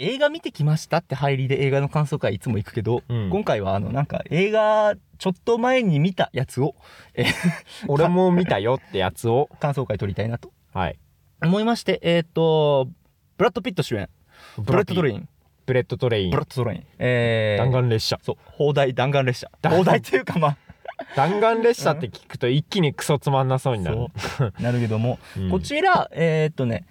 映画見てきましたって入りで映画の感想会いつも行くけど、うん今回はあのなんか映画ちょっと前に見たやつを 俺も見たよってやつを。感想会撮りたいなとはい。思いまして、えーっと、ブラッド・ピット主演、ブラッド・トレイン。ン、ブレッドトレインブラ。ッド・トレイン、えー弾丸列車。そう、砲台弾丸列車。弾丸砲台っていうかまあ、弾丸列車って聞くと一気にクソつま んなそうになる。うなるけども、うんこちら、えーっとね、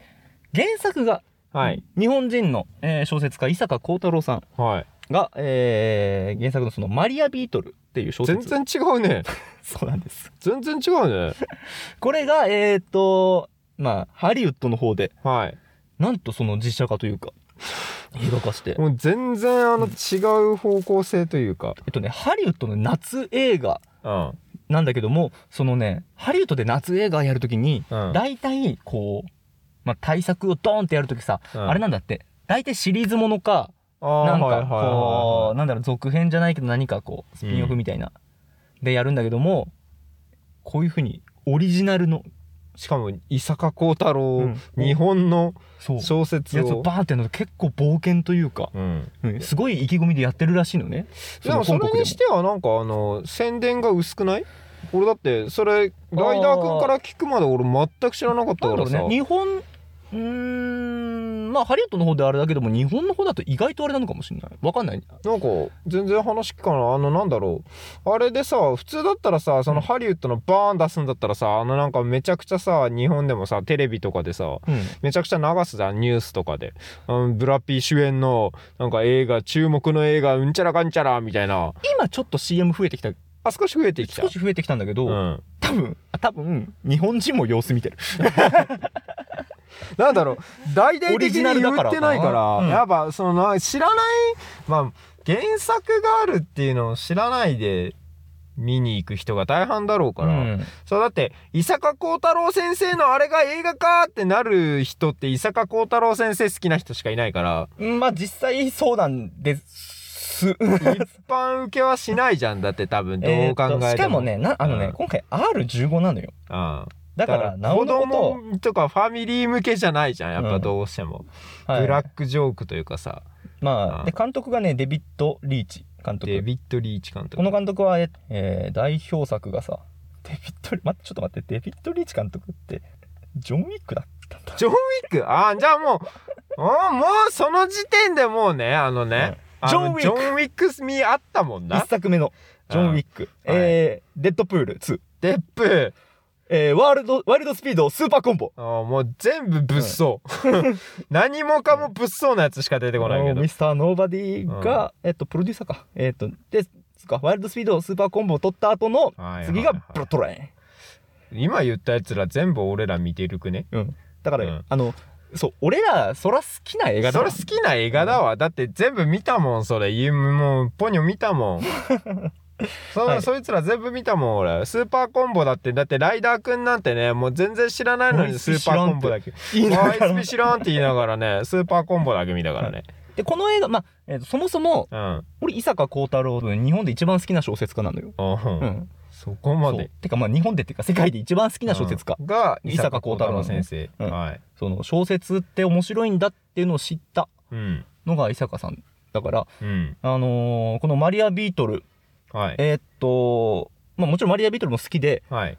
原作がはい。日本人の、えー小説家伊坂幸太郎さんはい。が、えー原作のそのマリア・ビートルっていう小全説然違 うね。そうなんです全然違うね。これがえーっとまあハリウッドの方ではい。なんとその実写化というか映画化してもう全然あの違う方向性というか。えっとねハリウッドの夏映画うん。なんだけどもそのねハリウッドで夏映画やるときにうん大体こう、まあ、対策をドーンってやるときさ、うんあれなんだって大体シリーズものかあーなんはかいはいこはうなんだろう続編じゃないけど何かこうスピンオフみたいなでやるんだけどもこういうふうにオリジナルのいしかも伊坂幸太郎、うん日本のそう小説やつをを。バーンってやるの結構冒険というか、うん、うんすごい意気込みでやってるらしいのねでもそ本れ国でにもしてはなんかあの宣伝が薄くない俺だってそれライダーくんから聞くまで俺全く知らなかったなかんだろらうねさ日本うーんまあハリウッドの方であれだけども日本の方だと意外とあれなのかもしれないわかんないなんか全然話聞かないあのなんだろうあれでさ普通だったらさそのハリウッドのバーン出すんだったらさあのなんかめちゃくちゃさ日本でもさテレビとかでさうんめちゃくちゃ流すじゃんニュースとかで、うん、ブラピー主演のなんか映画注目の映画うんちゃらかんちゃらみたいな今ちょっと CM 増えてきたあ少し増えてきた少し増えてきたんだけど、うん、多分あ多分日本人も様子見てるなんだろう大々オリ的にジナル言だっからてないからうんやっぱその知らないまあ原作があるっていうのを知らないで見に行く人が大半だろうから、うんそうだって伊坂幸太郎先生のあれが映画かってなる人って伊坂幸太郎先生好きな人しかいないからうんまあ実際そうなんです。一般受けはしないじゃんだって多分ど えーうっ考えてとも、しかもね、なあのね、うん今回 R15 なのよ。うんだから、なお子のこと、供とかファミリー向けじゃないじゃんやっうぱんどうしても、はいブラックジョークというかさまうあ、んで、監督がね、デビッド・リーチ監デ督。ビッド・リーチ監督この監督は、ええー代表作がさ、デビッド・リ待って、ちょっと待って、デビッド・リーチ監督って、ジョン・ウィックだったんだ。ジョン・ウィックあーじゃあもうあーもうその時点でもうねあのね、うんあのジョンウィックウィックスミあったもんな一作目の、ジョン・ウィック。うんえーデッドプール2。デップえーワールド、ワイルドスピードスーパーコンボ。ああもう全部物騒、 何もかも物騒なやつしか出てこないけあのどミスターノーバディが、えっと、プロデューサーか。えっと、ですか、ワイルドスピードスーパーコンボを取った後のはいはいはい、次がブロットライン。今言ったやつら全部俺ら見てるくねうん。だから、うんあの、そう、俺ら、そら好きな映画だわそれ好きな映画だわ、だって全部見たもんそれゆもうポニョ見 たもんそ,、はいそいつら全部見たもん俺スーパーコンボだってだってライダーくんなんてねもう全然知らないのにスーパーコンボだけ言いながら YSP 知らんって言いながらねスーパーコンボだけ見たからねで、この映画、まあ、えーとそもそも、うん俺、伊坂幸太郎君、日本で一番好きな小説家なのよ。おううん。そこそまうでてか、まあ、日本でっていうか、世界で一番好きな小説家。うんが伊坂幸太郎先生、うんはい、その、小説って面白いんだっていうのを知ったうんのが伊坂さん。だから、うんあのーこのマリア・ビートル、はいえーっと、まあ、もちろんマリア・ビートルも好きで、はい。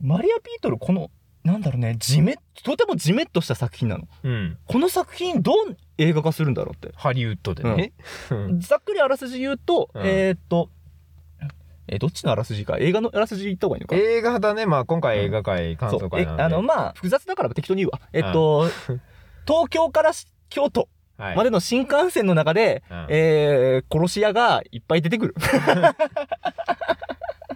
マリア・ビートル、この、なんだろうね、じめ、とてもじめっとした作品なの。うん。この作品、どう映画化するんだろうって。ハリウッドでね。うん。ざっくりあらすじ言うと、うんえーっと、えーどっちのあらすじか映画のあらすじ言った方がいいのか映画だね。まあ今回映画会感そう想会えなあのんで。まあ複雑だから適当に言うわえっ と東京からし京都はいまでの新幹線の中で、うんえー殺し屋がいっぱい出てくる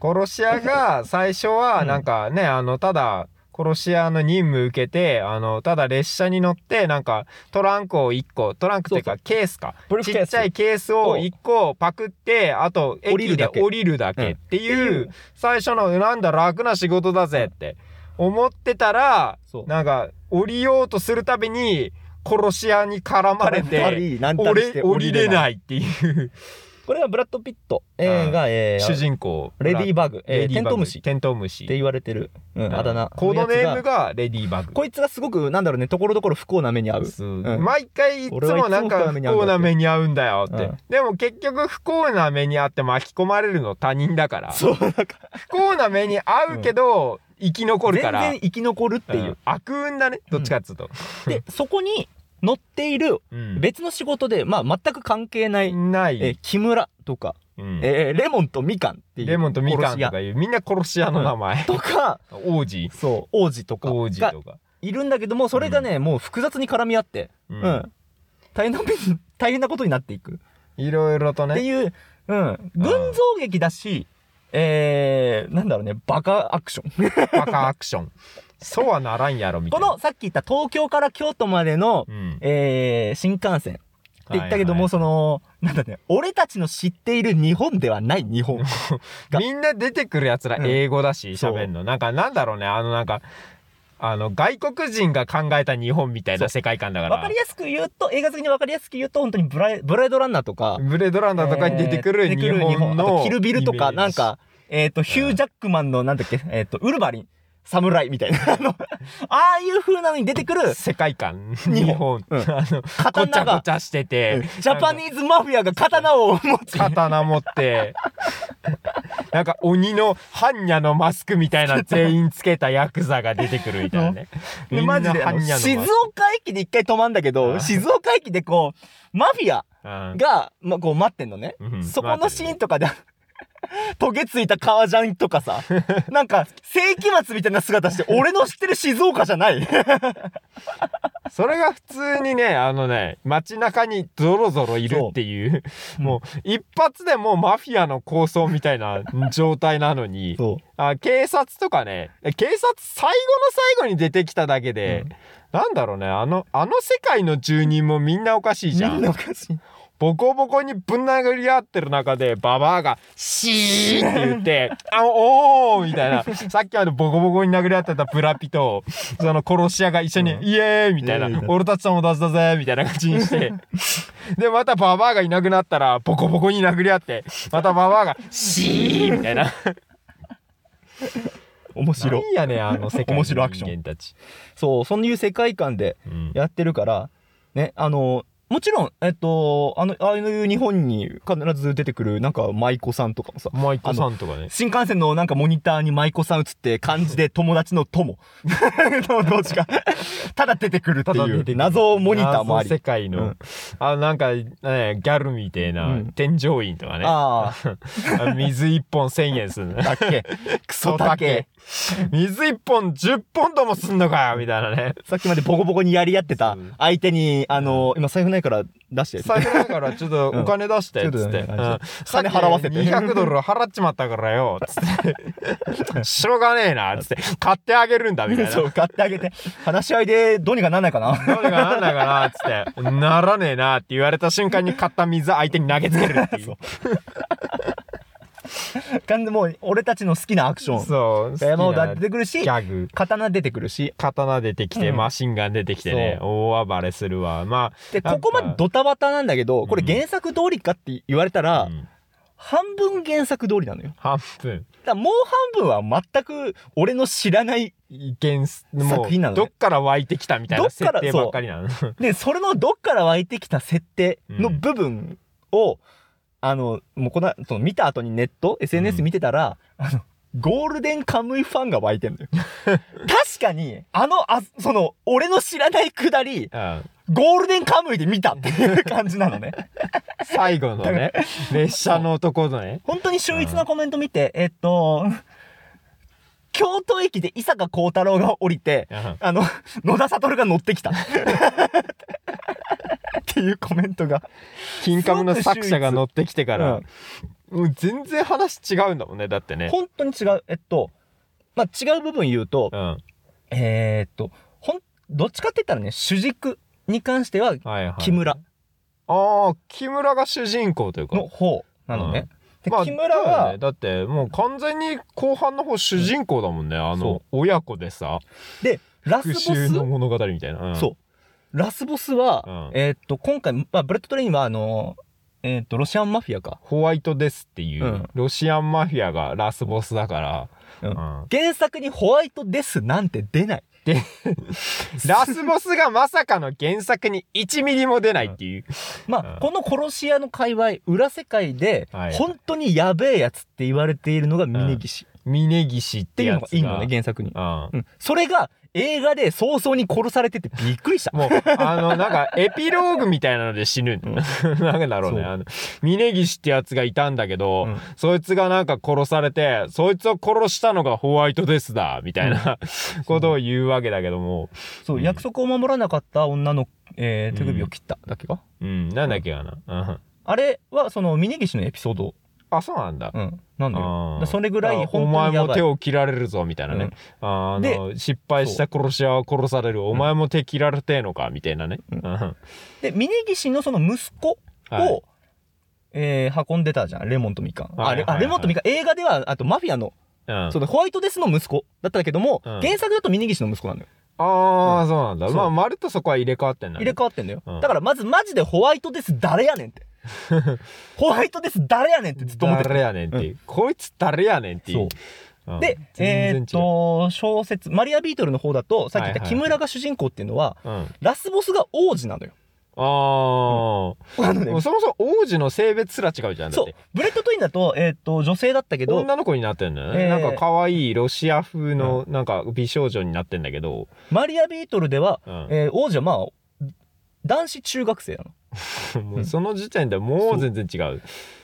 殺し屋が最初はなんかね、あの、ただ、殺し屋の任務受けて、あの、ただ列車に乗って、なんか、トランクを1個、トランクっていうかケースかブリー。フちケーっスちゃいケースを1個パクって、あと、降り駅るでだけ降りるだけっていうう、最初の、なんだ、楽な仕事だぜって思ってたら、そう なんか、降りようとするたびに、殺し屋に絡まれて、たりなんたりし俺て降りれいないっていうこれはブラッド・ピットえーが、えー主人公レディーバグ、えレーディテーンバトウグムシってテントウムシ言われてる、うん、あだ名コードネームががレディーバグこいつがすごくなんだろうねところどころ不幸な目に遭うそううん毎回いつもなんか不幸な目に遭うんだよって、うんでも結局不幸な目に遭って巻き込まれるの他人だからそうなんか不幸な目に遭うけど生き残る全から然生き残るっていう、うん悪運だねどっちかっつうと、でそこに乗っているうん別の仕事で、まあ、全く関係ない、ない、えー木村とか、うんえーレモンとみかんっていうレモンとみかんと殺かいうみんな殺し屋の名 前し屋、とか王子そう王子とか王子がとか、いるんだけどもそれがね、もう複雑に絡み合って、ううんん大変な大変なことになっていくいろいろとってねいう、うん、群像劇だし、えー、なんだろうねバカアクションバカアクションそうはならんやろみたこいなのさっき言った東京から京都までの、うんえー新幹線って言ったけども、はいはいそのなんだろうね俺たちの知っている日本ではない日本がみんな出てくるやつらうん英語だしそう喋、ん、のなんかなんだろうねあのなんかあの外国人が考えた日本みたいそなう世界観だからわかりやすく言うと映画好きにわかりやすく言うと本当にブライブレードランナーとかブレードランナーとかに出てくるえー日本あの、とキルビルとかなんかえっ、とヒュー・ジャックマンのなんだっけえっ、とウルヴァリン侍みたいなあのああいう風なのに出てくる世界観本日本、うんあのごち刀ゃごがちゃしてうんてジャパニーズマフィアが刀を持ち刀持って なんか鬼の般若のマスクみたいな全員つけたヤクザが出てくるみたい なねでマジであのみんな般若のマスク静岡駅で一回止まんだけうどん静岡駅でこうマフィアうんが、ま、こう待ってんのね、うんそこのシーン待とかで トゲついた革ジャンとか さなんか世紀末みたいな姿して俺の知ってる静岡じゃないそれが普通にねあのね街中にゾロゾロいるっていうう もう一発でもうマフィアの構想みたいな状態なのにそうあ警察とかね警察最後の最後に出てきただけで、なんだろうねあのあの世界の住人もみんなおかしいじゃみんなんおかしいボコボコにぶん殴り合ってる中でババアが「シーン!」って言って「あおー!」みたいなさっきまでボコボコに殴り合ってたブラピとその殺し屋が一緒にう「んイエーイ!」みたいなイエーイ「俺たちとも出すだぜ!」みたいな感じにしてでまたババアがいなくなったらボコボコに殴り合ってまたババアが「シーン!」みたいな面な白いんやねんあの世界の面白アクシ人ョン間たち。そうそういう世界観でうんやってるからねあのもちろんえっとあのああいう日本に必ず出てくるなんか舞妓さんとかもさマイコさんとかね新幹線のなんかモニターに舞妓さん映って漢字で友達の友 のどっちかただ出てくるってただ出いてくうる謎モニターもあり謎世界の、うんあなんか、ね、ギャルみてえな、うん添乗員とかねああ水一本1000円すんのあだっ けクソだけ水一本10ポンドもすんのかよみたいなねさっきまでボコボコにやり合ってたそう相手にあの今財布ないから出して財布だからちょっとお金出してうっんつって、ちょっとうねんあさっき金払わせて200ドル払っちまったからよっつってしょうがねえなっつって買ってあげるんだみたいな そう買ってあげて話し合いでどうにかなんないかなどうにかなんないかなっつってならねえなって言われた瞬間に買った水相手に投げつけるっていう完全にもう俺たちの好きなアクションそうえーもう好きな出てくるしギャグ刀出てくるし刀出てきて、うんマシンガン出てきてねそ大暴れするわまでなんこかこまでドタバタなんだけどこれうん原作通りかって言われたら、あ、うん半分原作通りなのよ半分だからもう半分は全く俺の知らない原すも作品なうのねどっから湧いてきたみたいどなっから設定ばっかりなのでそれのどっから湧いてきた設定の部分を、あのもうこのその見た後にネット SNS うん見てたら、あのゴールデンカムイファンが湧いて んのよ確かにあのあその俺の知らないくだり うんゴールデンカムイで見たっていう感じなのね最後のね列車のところね本当に秀逸なコメント見て、えっと、 京都駅で伊坂幸太郎が降りて、うんあの、 野田悟が乗ってきた。 っていうコメントが。金カムの作者が乗ってきてからす、もう全然話違うんだもんねだってね本当に違う。えっと、まあ、違う部分言うとう、んえーっと、ほん、どっちかって言ったらね、主軸に関しては、はいはい木村ああ木村が主人公というかの方なのね。で木村だよは、ねだってもう完全に後半の方主人公だもんね、あその親子でさで、ラス復ボ讐のス物語みたいな、うんそう。ラスボスは、うんえーっと、今回、まあ、ブレッドトレインは、あのーえっ、と、ロシアンマフィアか。ホワイトですっていう、うんロシアンマフィアがラスボスだから、うんうん原作にホワイトですなんて出ない。 ラスボスがまさかの原作に1ミリも出ないっていう。まあ、うんこの殺し屋の界隈、裏世界ではい、本当にやべえやつって言われているのが峯岸っ峯岸ってていうやのがついいのが。ね、原作に。うんうん。それが映画で早々に殺されててびっくりした。もう、あの、なんか、エピローグみたいなので死ぬ。うんなんだろうね。そうあの、峯岸ってやつがいたんだけど、うんそいつがなんか殺されて、そいつを殺したのがホワイトですだ、みたいなことを言うわけだけども、そう、うん約束を守らなかった女の、えー手首を切っただっけか、うん、なんだっけかな。うんあれはその峯岸のエピソード、あ、そうなんだ。うん、なんだよあーだからそれぐらいあ本お当前にやもばい手を切られるぞみたいなね、あの失敗した殺し屋は殺されるお前も手切られてえのかみたいなね、うんうんはで峯岸のその息子を、いえー運んでたじゃんレモンとみかん、はいはいあれあレモンとみかん映画ではあとマフィアのうんそのホワイトデスの息子だったけども、うん原作だと峯岸の息子なんだよああ、そうなんだそうまあまるっとそこは入れ替わってんだ、ね、入れ替わってんだよ、うんだからまずマジでホワイトデス誰やねん ってホワイトデス誰やねんってずっと思ってた誰やねんっていう、こいつ誰やねんっていうう、んで、えーっ、と、小説、マリアビートルの方だと、さっき言ったはいはい木村が主人公っていうのは、うん、あラスボスが王子なのよ。あー、あのもうね、そもそも王子の性別すら違うじゃんだそっうて、ブレッドトインだと、えーっと、女性だったけど、女の子になってんだよね、えーなんか可愛いロシア風のなんか美少女になってんだけど、マリアビートルでは、うんえー王子はまあ、男子中学生なの。 もうその時点でもう全然違う、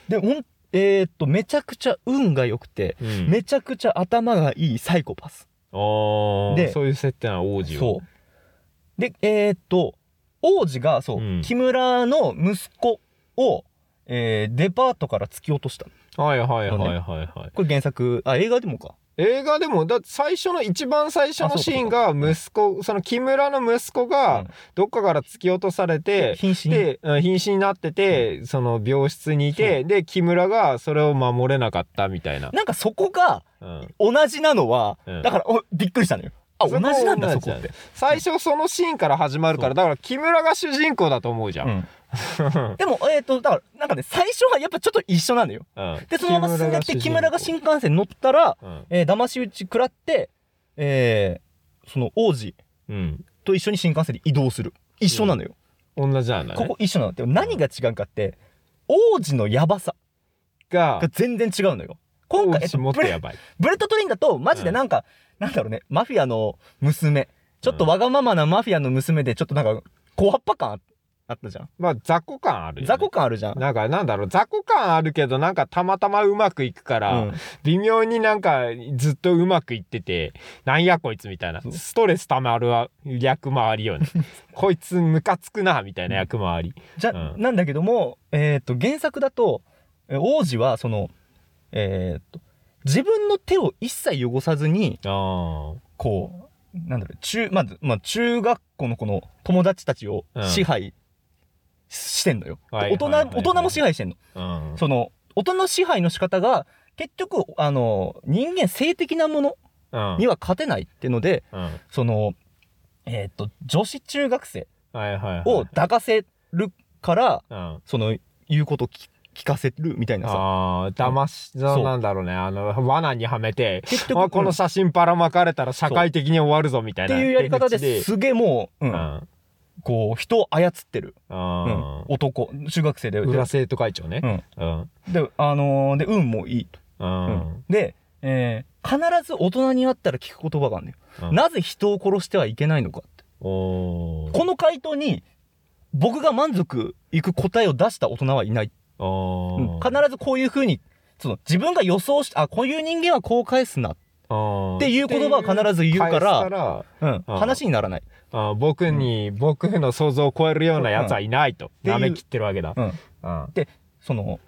で、ほん、えーっと、めちゃくちゃ運が良くて、うんめちゃくちゃ頭がいいサイコパス。ああでそういう設定なの王子をそう。で、えーっと、王子が、そう、うん木村の息子を、えーデパートから突き落としたの。はいはいはいはいはい、これ原作、あ、映画でもか。映画でもだって最初の一番最初のシーンが息子その木村の息子うがんどっかから突き落とされて、瀕死にでうん瀕死になってて、その病室にいてで木村がそれを守れなかったみたいな、なんかそこがうん同じなのは、うんだからおびっくりしたのよあそ同こじなんだ同そじこなんっだて、最初そのシーンから始まるからだから木村が主人公だと思うじゃん、でもえっ、とだからなんかね最初はやっぱちょっと一緒なのようんでそのまま進んでって木村が新ん、幹線乗ったら、うんえー騙し討ち食らって、えーその王子うん、と一緒に新幹線で移動する一緒なのよ、同じなんだねここ一緒なのでも何が違うかって王子のヤバさがが全然違うのよ今回、え王っと子もっとブレやばいブレッドトレインだとマジでなんか、なんだろうねマフィアの娘ちょっとわがままなマフィアの娘でちょっとなんか小葉っぱ感ああったじゃんまあ雑魚感あるよ、ね、雑魚感あるじゃん、なんかなんだろう雑魚感あるけどなんかたまたまうまくいくかうら、ん、微妙になんかずっとうまくいっててなんやこいつみたいなそうストレスたまるわ役回り よねこいつムカつくなみたいな役回りじゃ、うんなんだけどもえっ、と原作だとえ王子はそのえっ、と自分の手を一切汚さずにああこうなんだろう中まず、まあ、中学校のこの友達たちをうん支配してんのよ、はいで大はいはい人大人も支配してんのうんその大人の支配の仕方が結局あの人間性的なものうんには勝てないっていうのでうんはいその、えー、と女子中学生はいはいを抱かせるからうんその言うことを聞聞かせるみたいなさああ騙しそうなんだろうねあの罠にはめて結あ局こうのんっさ写真ばらまかれたら社会的に終わるぞみたいてないうやり方手口ですげえもう、ううんんこう人を操ってる、ううんん男中学生でで裏生徒会長ねうんで,、あのーで運もいいと、ううんんで、えー必ず大人になったら聞く言葉があるんだよ、うんなぜ人を殺してはいけないのかっておーこの回答に僕が満足いく答えを出した大人はいない、おうんー必ずこういうふうにその自分が予想してあこういう人間はこう返すなっっていう言葉は必ず言うから返すらうん、ああ話にならない、あ僕に、僕の想像を超えるようなやつはいないと、うん舐め切ってるわけだ。うん、うんその こ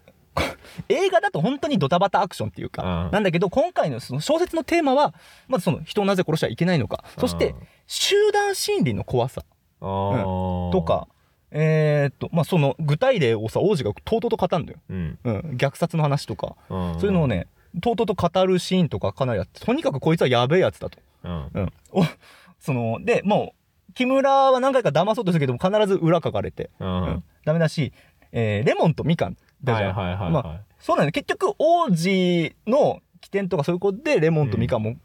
映画だと本当にドタバタアクションっていうか、うんなんだけど今回のその小説のテーマはまずその人をなぜ殺してはいけないのか、そして、集団心理の怖さとと、か、えーっとまあ、その具体例をさ王子がとうとうと語るんだよ、うんうん、虐殺の話とか、うんそういうのを、ねとうとうと語るシーンとかかなりあってとにかくこいつはやべえやつだと。うんうん、おそのでもう木村は何回か騙そうとするけども必ず裏書かれて、ううんんダメだしえーレモンとみかんだはじいゃん、はいはいまはそうなんだ結局王子の起点とかそういうことでレモンとみかんも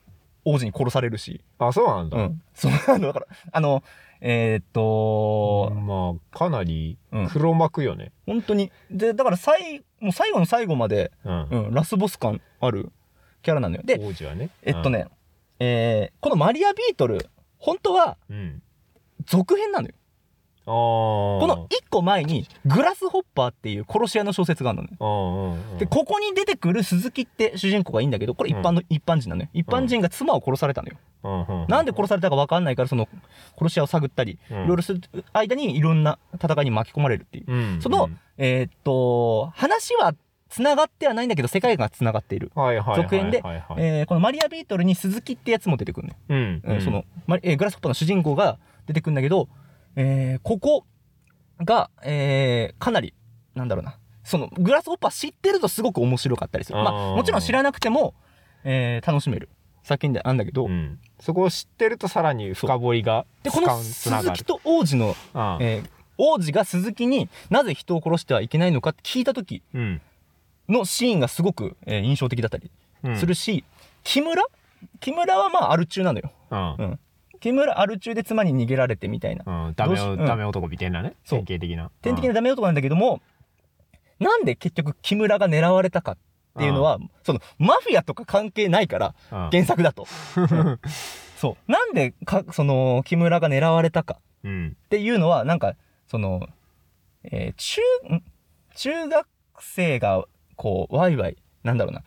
王子に殺されるし、い。あ、そうなんだ。うん、そうあのだからあのえーっと、まあ、かなりうん黒幕よね。本当にでだから最もう最後の最後まで、うんう。ん、ラスボス感あるキャラなのよで王子はね。えっとね、えーこのマリアビートル本当はうん。うん。続編なのよあーこの1個前に「グラスホッパー」っていう殺し屋の小説があるのねうんうんうん。でここに出てくる鈴木って主人公がいいんだけどこれ一般の、一般人なのよ一般人が妻を殺されたのよ、うんうんうん、なんで殺されたか分かんないからその殺し屋を探ったり、うんいろいろする間にいろんな戦いに巻き込まれるっていう、うんその、えーっと話はつながってはないんだけど世界がつながっている、はいはいはいはいはい続編でえーこのマリアビートルに鈴木ってやつも出てくるね、うんうんその、マリえーグラスホッパーの主人公が出てくるんだけど、えーここが、えーかなりなんだろうなそのグラスホッパー知ってるとすごく面白かったりするまああーもちろん知らなくても、えー楽しめる作品であるんだけど、うんそこを知ってるとさらに深掘りがでこのつな鈴が木ると王子のああえー王子が鈴木になぜ人を殺してはいけないのかって聞いた時うんのシーンがすごく、えー印象的だったりうんするし、木村木村はまあアル中なのよ、うんうん、木村アル中で妻に逃げられてみたいなうんダメどうおしうんダメ男みたいなねそう典型的な典的なダメ男なんだけどもなんで結局木村が狙われたかっていうのはそのマフィアとか関係ないからうん原作だと、 うんそうなんでかその木村が狙われたかうんっていうのはなんかその、えー中ん中学生がこうワイワイなんだろうな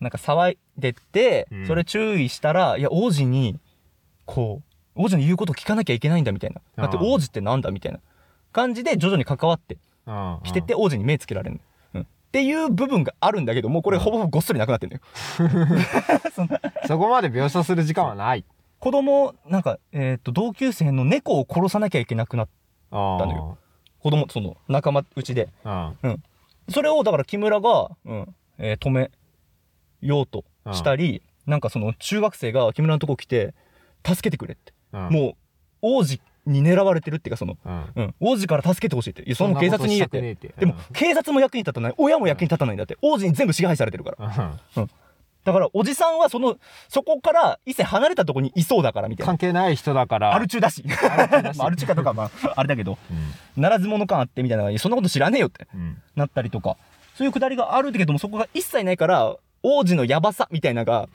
なんか騒いでて、うんそれ注意したらいや王子にこう王子の言うことを聞かなきゃいけないんだみたいなだあーって王子ってなんだみたいな感じで徐々に関わってうんきてて王子に目つけられるの、うんっていう部分があるんだけどもうこれほぼほぼごっそりなくなってんのよ。そんなそこまで描写する時間はない子供なんか、えー、と同級生の猫を殺さなきゃいけなくなっあだよ子供その仲間うちであそれをだから木村が、うんえー止めようとしたり、なんかその中学生が木村のとこ来て助けてくれって、うんもう王子に狙われてるっていうかその、うんうん、王子から助けてほしいっていやその警察に入れててでも警察も役に立たない親も役に立たないんだって王子に全部支配されてるからだからおじさんはそのそこから一切離れたとこにいそうだからみたいな関係ない人だからアル中だし まあアル中かとかまああれだけどならず者感あってみたいなのにそんなこと知らねえよってうんうんなったりとかそういうくだりがあるんだけどもそこが一切ないから王子のやばさみたいなのが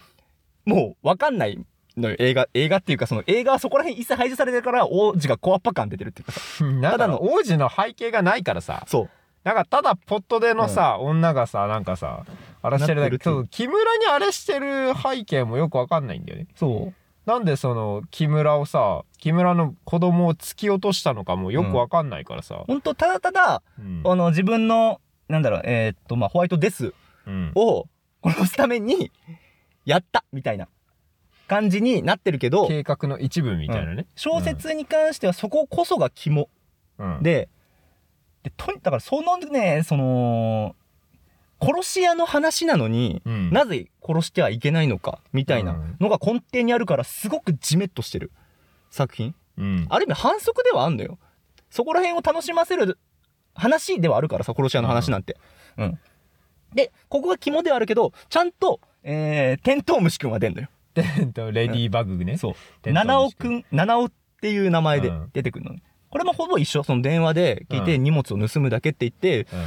もう分かんないのよ映画映画っていうかその映画はそこら辺一切排除されてるから王子が小アッパ感出てるっていうかさただだのの王子の背景がないからさそうなんかただポットでのさ、女がさなんかさあれしてるだけなってるっていうそう木村にあれしてる背景もよくわかんないんだよねそうなんでその木村をさ木村の子供を突き落としたのかもよくわかんないからさ、本当ただただ、うんあの自分のなんだろうえーっとまあホワイトデスうんを殺すためにやったみたいな感じになってるけど計画の一部みたいなね、小説に関してはそここそが肝うん、ででとにだからそのねその殺し屋の話なのに、うんなぜ殺してはいけないのかみたいなのが根底にあるからすごくジメッとしてる作品うんある意味反則ではあんのよそこら辺を楽しませる話ではあるからさ殺し屋の話なんて、うんでここが肝ではあるけどちゃんと、えー、テントウムシ君は出んのよ でえっとレディーバグね、そうテントウムシ七尾くん七尾っていう名前でうん出てくるのね、これもほぼ一緒その電話で聞いてう荷物を盗むだけって言ってうん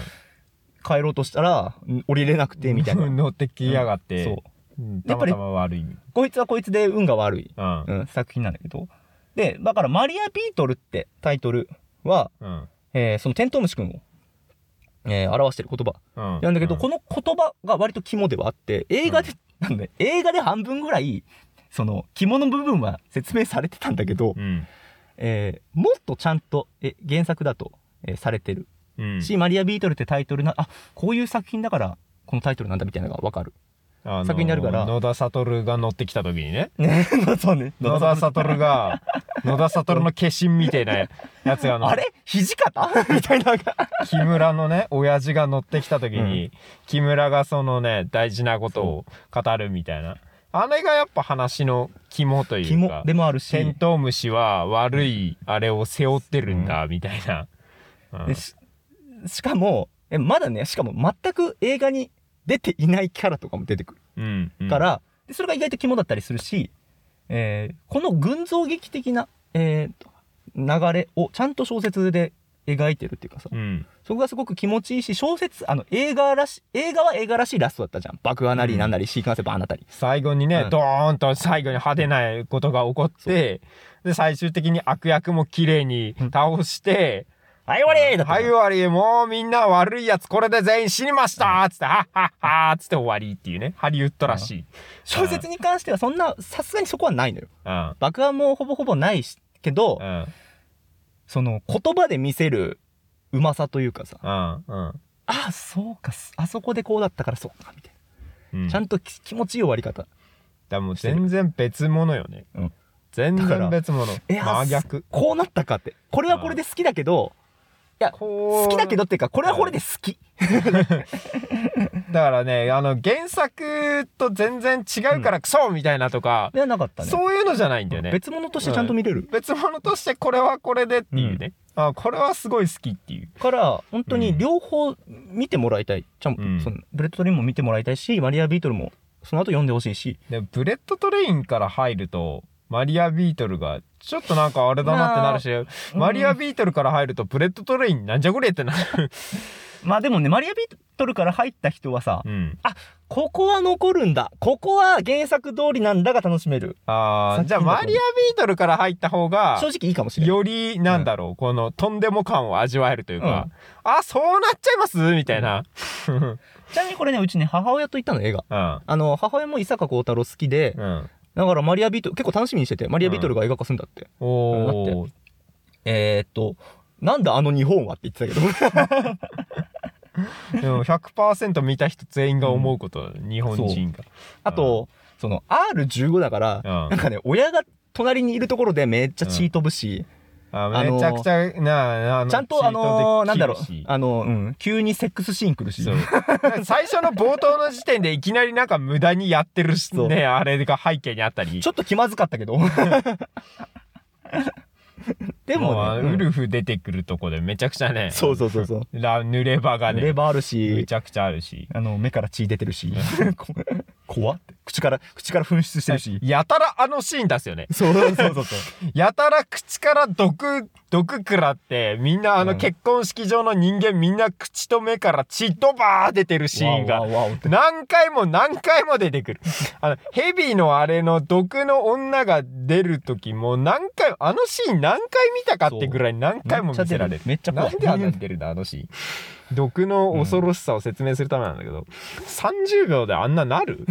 帰ろうとしたらん降りれなくてみたいな 乗ってきやがって、そううんやたっまぱりたま悪い意味こいつはこいつで運が悪い、うんうん、作品なんだけどでだから「マリア・ビートル」ってタイトルは、うんえーそのテントウムシ君を、えー表してる言葉うんなんだけど、うんこの言葉が割と肝ではあって映画で、なんで映画で半分ぐらいその肝の部分は説明されてたんだけど、うんえーもっとちゃんとえ原作だと、えーされてるうんし、マリア・ビートルってタイトルなあこういう作品だからこのタイトルなんだみたいなのが分かる。あの作品になるから野田悟が乗ってきた時 にねね、そうね。野田悟が野田悟の化身みたいなやつがあのあれ土 方みたいなのが。木村のね親父が乗ってきた時に、木村がそのね大事なことを語るみたいなあれがやっぱ話の肝という肝かでもあるテンし、トウムシは悪いあれを背負ってるんだみたいな、うんでししかも、え、まだね、しかも全く映画に出ていないキャラとかも出てくるうんうんから、でそれが意外と肝だったりするし、えーこの群像劇的な、えー流れをちゃんと小説で描いてるっていうかさ、うんそこがすごく気持ちいいし、小説、あの、映画らし、映画は映画らしいラストだったじゃん。爆破なりなんなり、シークナンスバーンなったり。最後にね、うんドーンと最後に派手なことが起こってで最終的に悪役も綺麗に倒してはい、終わりーだったはじいゃん終わりもうみんな悪いやつこれで全員死にましたーっつってはっはっはーっつって終わりっていうねハリウッドらしい、小説に関してはそんな、さすがにそこはないのよ。うん爆破もほぼほぼないし、けど、うんその、言葉で見せるうまさというかさ、うんうんああ、そうか、すあそこでこうだったからそうか、みたいうんな。ちゃんとき気持ちいい終わり方。だからもう全然別物よね、うん全だから然別物いや真逆こうなったかって。これはこれで好きだけど、好好きだけどっていうか、これはこれで好き。だからねあの原作と全然違うからクソみたいなとか、ではなかったね。そういうのじゃないんだよね別物としてちゃんと見れる。別物としてこれはこれでっていうね、あこれはすごい好きっていうから本当うにん両方見てもらいたい、ちゃんうんそのブレッドトリンも見てもらいたいしマリア・ビートルもその後読んでほしいしでブレッドトレインから入るとマリア・ビートルがちょっとなんかあれだなってなるし、マリア・ビートルから入るとブレッドトレインなんじゃこれってな る、まあでもねマリア・ビートルから入った人はさ、うん、ここは残るんだここは原作通りなんだが楽しめるあさっーきじゃあのマリア・ビートルから入った方が正直いいかもしれないよりなんだろう、このとんでも感を味わえるというか、あそうなっちゃいますみたいな、うんちなみにこれねうちね母親と行ったの映画うんあの母親も伊坂幸太郎好きで、うん、だからマリア・ビートル結構楽しみにしててマリア・ビートルが映画化するんだって、おおえー、っとなんだあの日本はって言ってたけどでも100%見た人全員が思うこと、日本人が。あと、その R15 だから、うなんんかね、親が隣にいるところでめっちゃ血飛ぶし、ああのーめちゃくちゃ、なああのちゃんとあのーなんだろうチートできるし、あの、うん、急にセックスシーン来るし、そう最初の冒頭の時点でいきなりなんか無駄にやってるしそうねあれが背景にあったりちょっと気まずかった けど。でもうね、ウうんルフ出てくるとこでめちゃくちゃねそうそうそうそう。ラ濡れ場がレレねバーあるめし、ちゃくちゃあるしあの、目から血出てるし、こ 怖って。口から、口から噴出してるし。やたらあのシーン出すよねそうそうそうそう。やたら口から毒毒食らってみんなあうのん結婚式場の人間みんな口と目から血ドバー出てる シーンわがおわおわおって何回も何回も出てくる。あの、ヘビーのあれの毒の女が出る時も何回も、あのシーン何回見たかってぐらい何回も見せられる。めっちゃな怖いんであんなに出るんだ、あのシーン。毒の恐ろしさを説明するためなんだけど、30秒であんな なる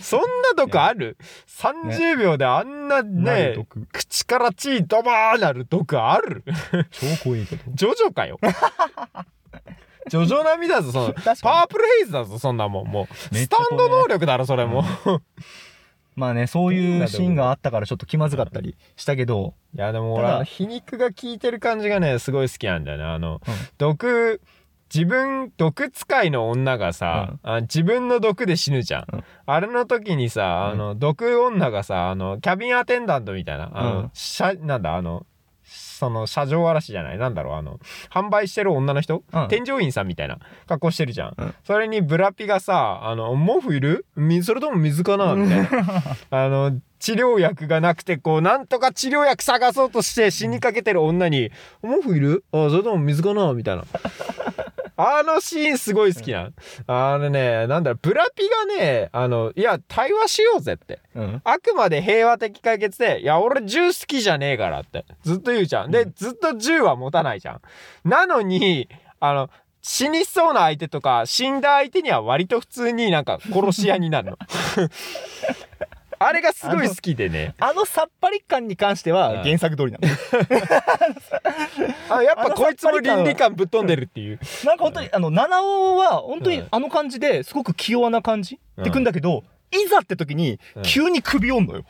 そんな毒ある ?30 秒であんななねる毒口から血ドバーなる毒ある超怖いけど。ジョジョかよ。 ジョジョ並みだぞ、その。確かにパープルヘイズだぞ、そんなもん。もう、めっスちゃタ飛ぶねンド能力だろ、それも。まあね、そういうシーンがあったからちょっと気まずかったりしたけど、 いや、でもただ俺、あの皮肉が効いてる感じがね、すごい好きなんだよね。あの、うん毒、自分、毒使いの女がさ、あ自分の毒で死ぬじゃん。うんあれの時にさ、あの、毒女がさ、あの、キャビンアテンダントみたいな、あの、うん車なんだ、あの、その、車上荒らしじゃない、なんだろう、あの、販売してる女の人、うん添乗員さんみたいな格好してるじゃん。うんそれにブラピがさ、あの、毛布いるみそれとも水かなみたいな。 あの、治療薬がなくて、こう、なんとか治療薬探そうとして死にかけてる女に、毛布いるあ、それとも水かなみ たいな。あのシーンすごい好きな。あのね、なんだろう、ブラピがね、あの、いや、対話しようぜって。うん。あくまで平和的解決で、いや、俺銃好きじゃねえからって、ずっと言うじゃん。で、ずっと銃は持たないじゃん。なのに、あの、死にそうな相手とか、死んだ相手には割と普通になんか殺し屋に なるの。あれがすごい好きでね。あのさっぱり感に関してうはん原作通 りなの。あやっあぱのこいつも倫理観ぶっ飛んでるっていう。なんか本当に、あの、七尾は本当うにんあの感じですごく気弱な感じうっんてくんだけど、いざって時にうん急に首折んの よ。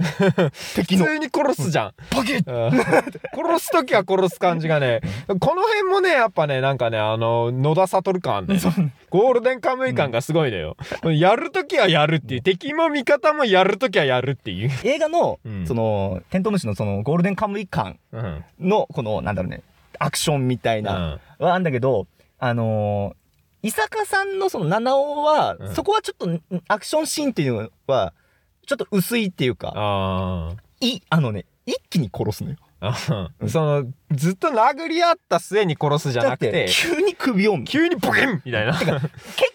敵普の。通に殺すじゃん。バキッうん殺す時は殺す感じがね、この辺もね、やっぱね、なんかね、あの、野田悟感あんだよねゴールデンカムイ感がすごいのよ。やるときはやるっていう。敵も味方もやるときはやるっていう。映画のう、んその、テントウムシのそのゴールデンカムイ感うん。の、この、なんだろうね、アクションみたいな、はあんだけど、あのー、伊坂さんのその七尾は、うんそこはちょっとんアクションシーンっていうのは、ちょっと薄いっていうか、あい、あのね、一気に殺すのよ。あうんそのずっと殴り合った末に殺すじゃだなっくてて、急に首を、結急にボキンみたいな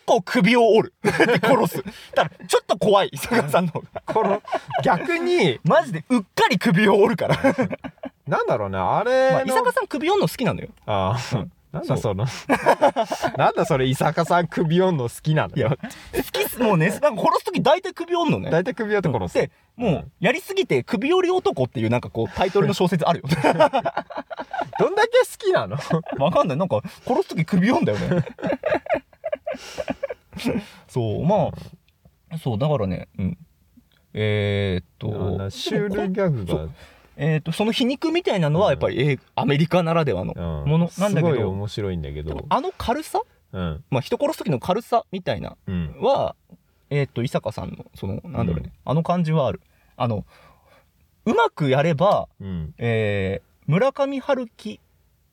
構首を 折る。で殺す。だから、ちょっと怖い、伊坂さんの方が。この逆にマジで、うっかり首を折る から。なんだろうねあまあ、れ伊の、坂さん首折るの好きなのよ。ああ、なんだそそのなんだそれ伊坂さん首折んの好きなのいや、好きっす、もうね、なんか殺すとき大体首折るのね。大体首折って殺すで、もう、やりすぎて首折り男っていうなんかこう、タイトルの小説あるよ。どんだけ好きなのわかんない。なんか、殺すとき首読んだよね。そう、まあ、そう、だからね、うん。えー、っあんなと、シュールギャグそがうえーっと、その皮肉みたいなのは、やっぱり、えーアメリカならではのうんものなんだけすごいど、面白いんだけでもどあの軽さ、うんまあ、人殺す時の軽さみたいなうんは、えーっと、伊坂さんの、その、なんだろうね、あの感じはある。あの、うまくやれば、うんえー村上春樹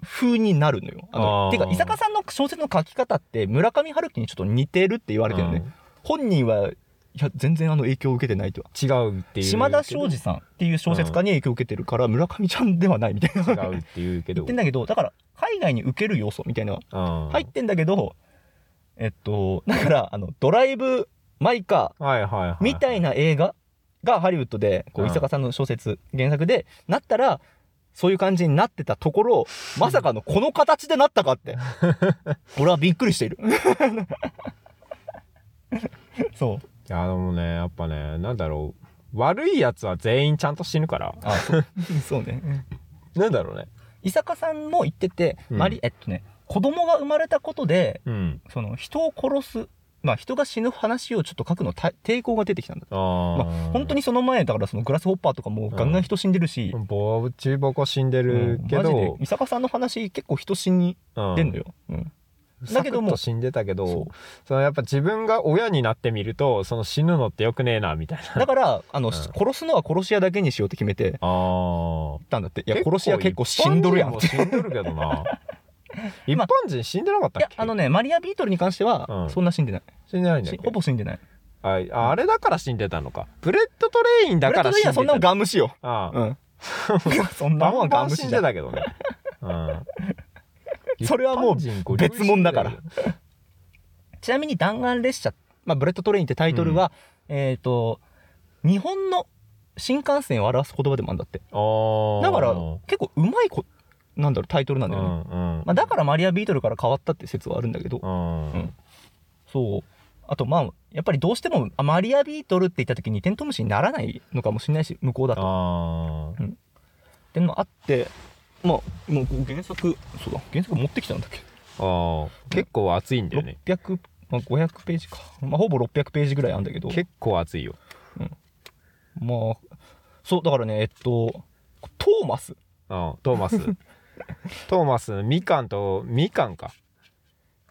風になるのよ。あのあーてか伊坂さんの小説の書き方って村上春樹にちょっと似てるって言われてるね、本人はいや全然あの影響を受けてないとは違うっていう島田庄司さんっていう小説家に影響を受けてるから村上ちゃんではないみたいな違うっていうけ言っどてんだけどだから海外に受ける要素みたいなのはうん入ってんだけど、えっとだからあのドライブ・マイ・カーはいはいはいみたいな映画がハリウッドで、こう、うん伊坂さんの小説、原作で、なったら、そういう感じになってたところ、まさかのこの形でなったかっ て。俺はびっくりしている。 そう。いやでもねやっぱねなんだろう悪いやつは全員ちゃんと死ぬからあ、そう そうね。なんだろうね伊坂さんも言ってて、うんマリ、えっとね、子供が生まれたことで、うんその人を殺す、まあ人が死ぬ話をちょっと書くのた抵抗が出てきたんだ。あー、まあ本当にその前、だからそのグラスホッパーとかもガンガン人死んでるし、ボーチボコ死んでうるんけマジでど、伊坂さんの話結構人死にうん出んのよ、うんだだけけどどもも死んでたけどそそのやっぱ自分が親になってみるとその死ぬのってよくねえなみたいなだからあの、ん殺すのは殺し屋だけにしようって決めてあーたんだっていや殺し屋結構死んどるやんっ一て般人も死んどるけどな 一般人死んでなかっいたっやけ、あのねマリアビートルに関してうはんそんな死んでない、死んでないんだっしけほぼ死んでないあああれだから死んでたのかブレッドトレインだから死俺んでたはそんなもんガムシよあうあ、ん そんなバもンんバガンム死シんじゃでんたけどね、うん、それはもう一般人ゴリゴリ別物だから死んでちなみに弾丸列車、まあ、ブレッドトレインってタイトルは、えっ、と日本の新幹線を表す言葉でもあるんだってるよあだからー結構うまいこなんだろうタイトルなんだよね、うんうんまあ、だからマリア・ビートルから変わったって説はあるんだけど、うんうんそう。あとまあ、やっぱりどうしても、あマリア・ビートルって言った時にテントウムシにならないのかもしれないし、向こうだと。あーっていうのもあって、まあ、もう原作、そうだ、原作持ってきたんだっけあー結構熱いんだよね600、まあ、500ページか。まあ、ほぼ600ページぐらいあるんだけど、結構熱いよまあ、そう、だからね、えっと、トーマス。うんトーマストーマスみかんとみかんか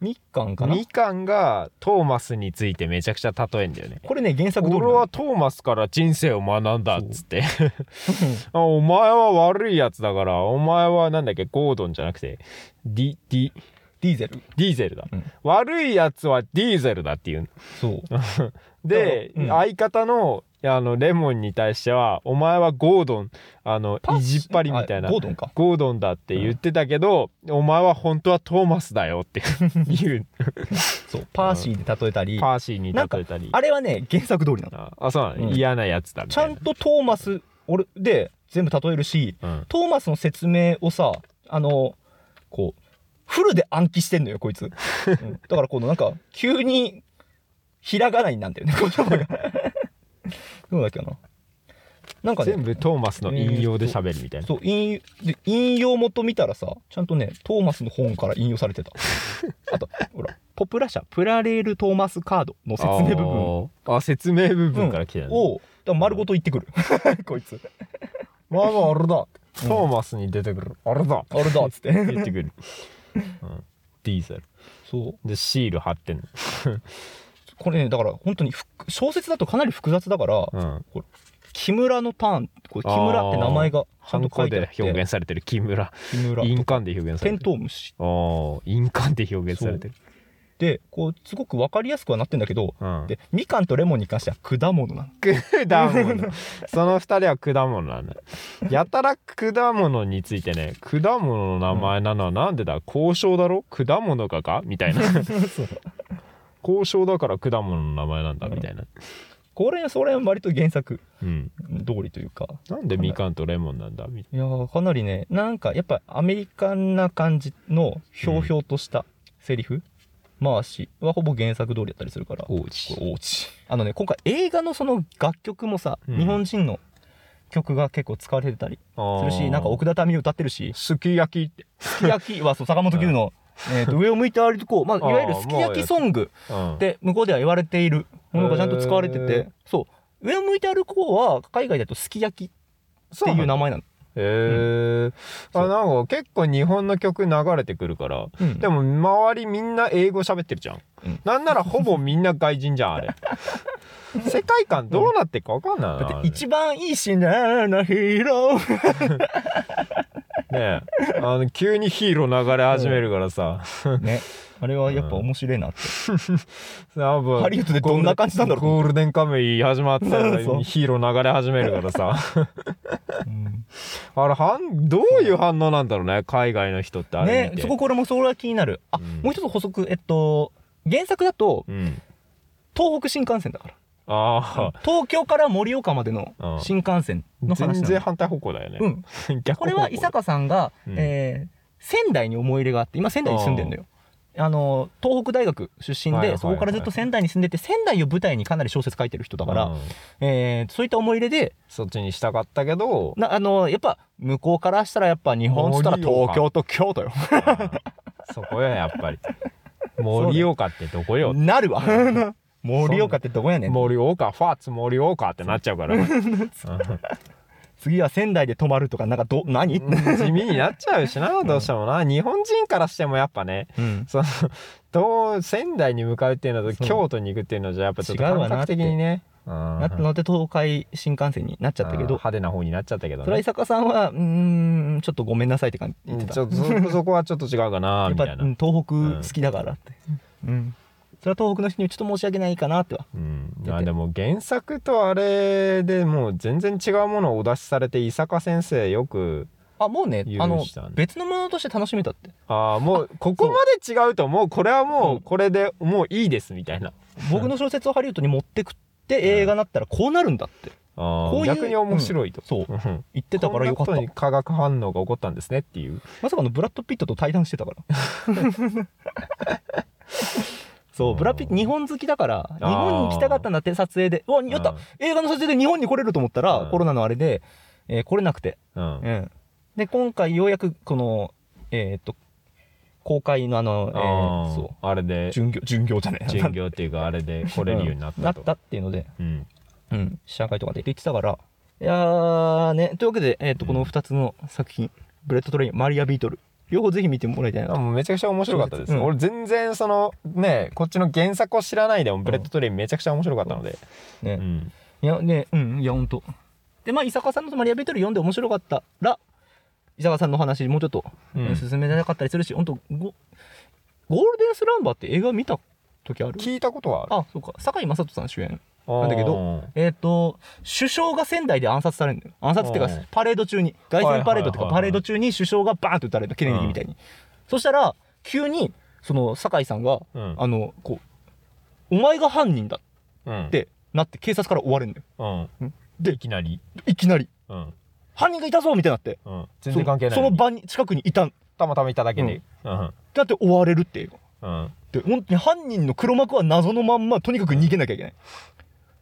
日韓かなみかんがトーマスについてめちゃくちゃ例えんだよねこれね、原作通りな俺のはトーマスから人生を学んだっつってうんあお前は悪いやつだからお前はなんだっけゴードンじゃなくてディディディーゼル。ディーゼルだ、うん悪いやつはディーゼルだっていう そう。で、うん相方のあのレモンに対してはお前はゴードンあのパッいじっぱりみたいなあゴードンか。ゴードンだって言ってたけど、お前は本当はトーマスだ よっていうそう。パーシーで例えたり、パーシーに例えたりあれはね、原作通りなの。ああそうなの、うん嫌なやつだみちゃたいんなとトーマス俺で全部例えるしうんトーマスの説明をさあのこうフルで暗記してんのよこいつ、うんだからこのなんか急にひらがなになんだよね言葉が どうだっけななんかね全部トーマスの引用で喋るみたいな、そう引で引用元見たらさちゃんとねトーマスの本から引用され てたあとほらポプラ社プラレールトーマスカードの説明部分分あ説明部分から来てる、をだから丸ごと言ってくる こいつまあまああれだトーマスに出てくる、あれだあれだっつって言ってく る、うん、ディーゼルそうでシール貼ってんのこれねだから本当にふっ小説だとかなり複雑だから、うんこれ木村のターンこれ木村って名前がちゃハんとン書コいてあでって表現されてる木村木村印鑑で表現さテれンてるトウムシあー印鑑で表現されてるでこうすごく分かりやすくはなってんだけどうんでみかんとレモンに関しては果物なの果物 その二人は果物なんだやたら果物についてね果物の名前なのはなんでだ交渉だろ果物かかみた いな交渉だから果物の名前なんだみたいなこれそれは割と原作うん通りというかなんでみかんとレモンなんだみたいやーかなりねなんかやっぱアメリカンな感じのひょうひょうとしたセリフ回しはほぼ原作通りだったりするからいな王子これおうちあのね今回映画のその楽曲もさ、うん日本人の曲が結構使われてたりするしなんか奥田民生歌ってるしすき焼きって、すき焼きはそう坂本九 のえーと上を向いて歩いてこう、まあ、いあーわゆるすき焼きソングうんで向こうでは言われているものがちゃんと使われてて、へーそう上を向いて歩こうは海外だとすき焼きっていう名前なの。へえ、そうあなんか結構日本の曲流れてくるからうんでも周りみんな英語喋ってるじゃん、うんなんならほぼみんな外人じゃんあれ 世界観どうなってっか分かんないなだっあてれ一番いいシーンだなヒーロ ーねえあの急にヒーロー流れ始めるからさ、ねあれはやっぱ面白いなって、多分ハリウッドでどんな感じなんだろうゴールデンカムイ始まった らそうヒーロー流れ始めるからさ うんあれ反どういう反応なんだろうね海外の人ってあれね見て、そここれもそれは気になるあ、うんもう一つ補足えっと原作だとうん、東北新幹線だからああ東京から盛岡までのうん新幹線の話なの全然反対方向だよね、うん、 逆こ方向れは伊坂さんが、うんえー仙台に思い入れがあって今仙台に住んでるのよあの東北大学出身で、はいはいはいそこからずっと仙台に住んでて仙台を舞台にかなり小説書いてる人だから、うんえーそういった思い入れでそっちにしたかったけどなあのやっぱ向こうからしたらやっぱ日本っつったら東京と京都ようん そこよやっぱり盛岡ってどこよなるわ 盛岡ってどこやねん盛岡ファーツ盛岡ってなっちゃうから、うん次は仙台で泊まるとかなんかど何、地味になっちゃうしなどうしてもな日本人からしてもやっぱねうんそのどう仙台に向かうっていうのそとう京都に行くっていうのじゃやっぱちょっと違う感わなっ覚て的にねうんなったので東海新幹線になっちゃったけうんど、派手な方になっちゃったけどそれは伊ね坂さんはうーんちょっとごめんなさいって感じ言うってんたちょっとそそこはちょっと違うかなやっみぱたう、いなん東北好きだからって、うんそれは東北の人にちょっと申し訳ないかなってはうん、出てあでも原作とあれでもう全然違うものをお出しされて伊坂先生よくあもうね許あのしたね別のものとして楽しめたってああもうここまで違うともうこれはもうこれでもういいですみたいな僕の小説をハリウッドに持ってくって映画になったらこうなるんだってああこういう逆に面白いと、そううんうん言ってたからよかっこたんなことに化学反応が起こったんですねっていうまさかのブラッド・ピットと対談してたから そううんブラッドピット日本好きだから日ー本に来たかったんだって撮影でうわやったうん映画の撮影で日本に来れると思ったらうんコロナのあれで、えー来れなくて、うんう、ん、で今回ようやくこのえーっと公開のあの、えあーあそあれでう巡業巡業じゃねえ巡業っていうかあれで来れるようになったなっと、たっていうので、うんうん、試写会とかで言ってたからいやーねというわけで、えーっとこの2つの作品、ブレッドトレインマリアビートル両方ぜひ見てもらいたいなとあもうめちゃくちゃ面白かったです、うん俺全然そのねこっちの原作を知らないでもブレッドトレインめちゃくちゃ面白かったので、ね、うんいやねうんいやほんとでまあ伊坂さんの「マリア・ベートル」読んで面白かったら伊坂さんの話もうちょっと、うんえー進めなかったりするしほんとゴゴールデンスランバーって映画見た時ある聞いたことはあるあそうか堺雅人さん主演なんだけどえっ、と首相が仙台で暗殺されるのよ暗殺っていうかうんパレード中に凱旋パレードっていうはかパいはいはいはいレード中に首相がバーンって撃たれるのケネディみたいに、そしたら急にその堺さんが、うんあのこう「お前が犯人だ」っってなって警察から追われるのようんうんでいきなり、いきなりうん犯人がいたぞみたいになってうん、全然関係ないそのそのに場に近くにいたんたまたまいただけで、うんだって追われるっていううんで本当に犯人の黒幕は謎のまんまとにかく逃げなきゃいけない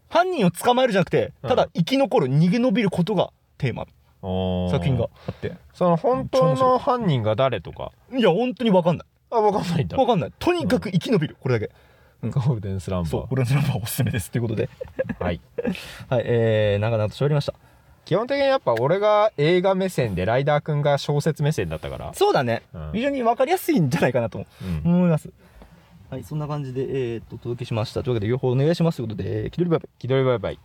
犯人を捕まえるじゃなくてうんただ生き残る逃げ延びることがテーマおー作品があってその本当の犯人が誰とかいや本当に分かんないあ分かんないんだ分かんないとにかく生き延びるこれだけゴールデンスランバそうー俺のナンバーおすすめですということではいはいえー長々と喋りました基本的にやっぱ俺が映画目線でライダーくんが小説目線だったからそうだね、うん非常に分かりやすいんじゃないかなと思ううん思いますはいそんな感じでえーっとお届けしましたというわけで両方お願いしますということでえー気取りバイバイ気取りバイバイ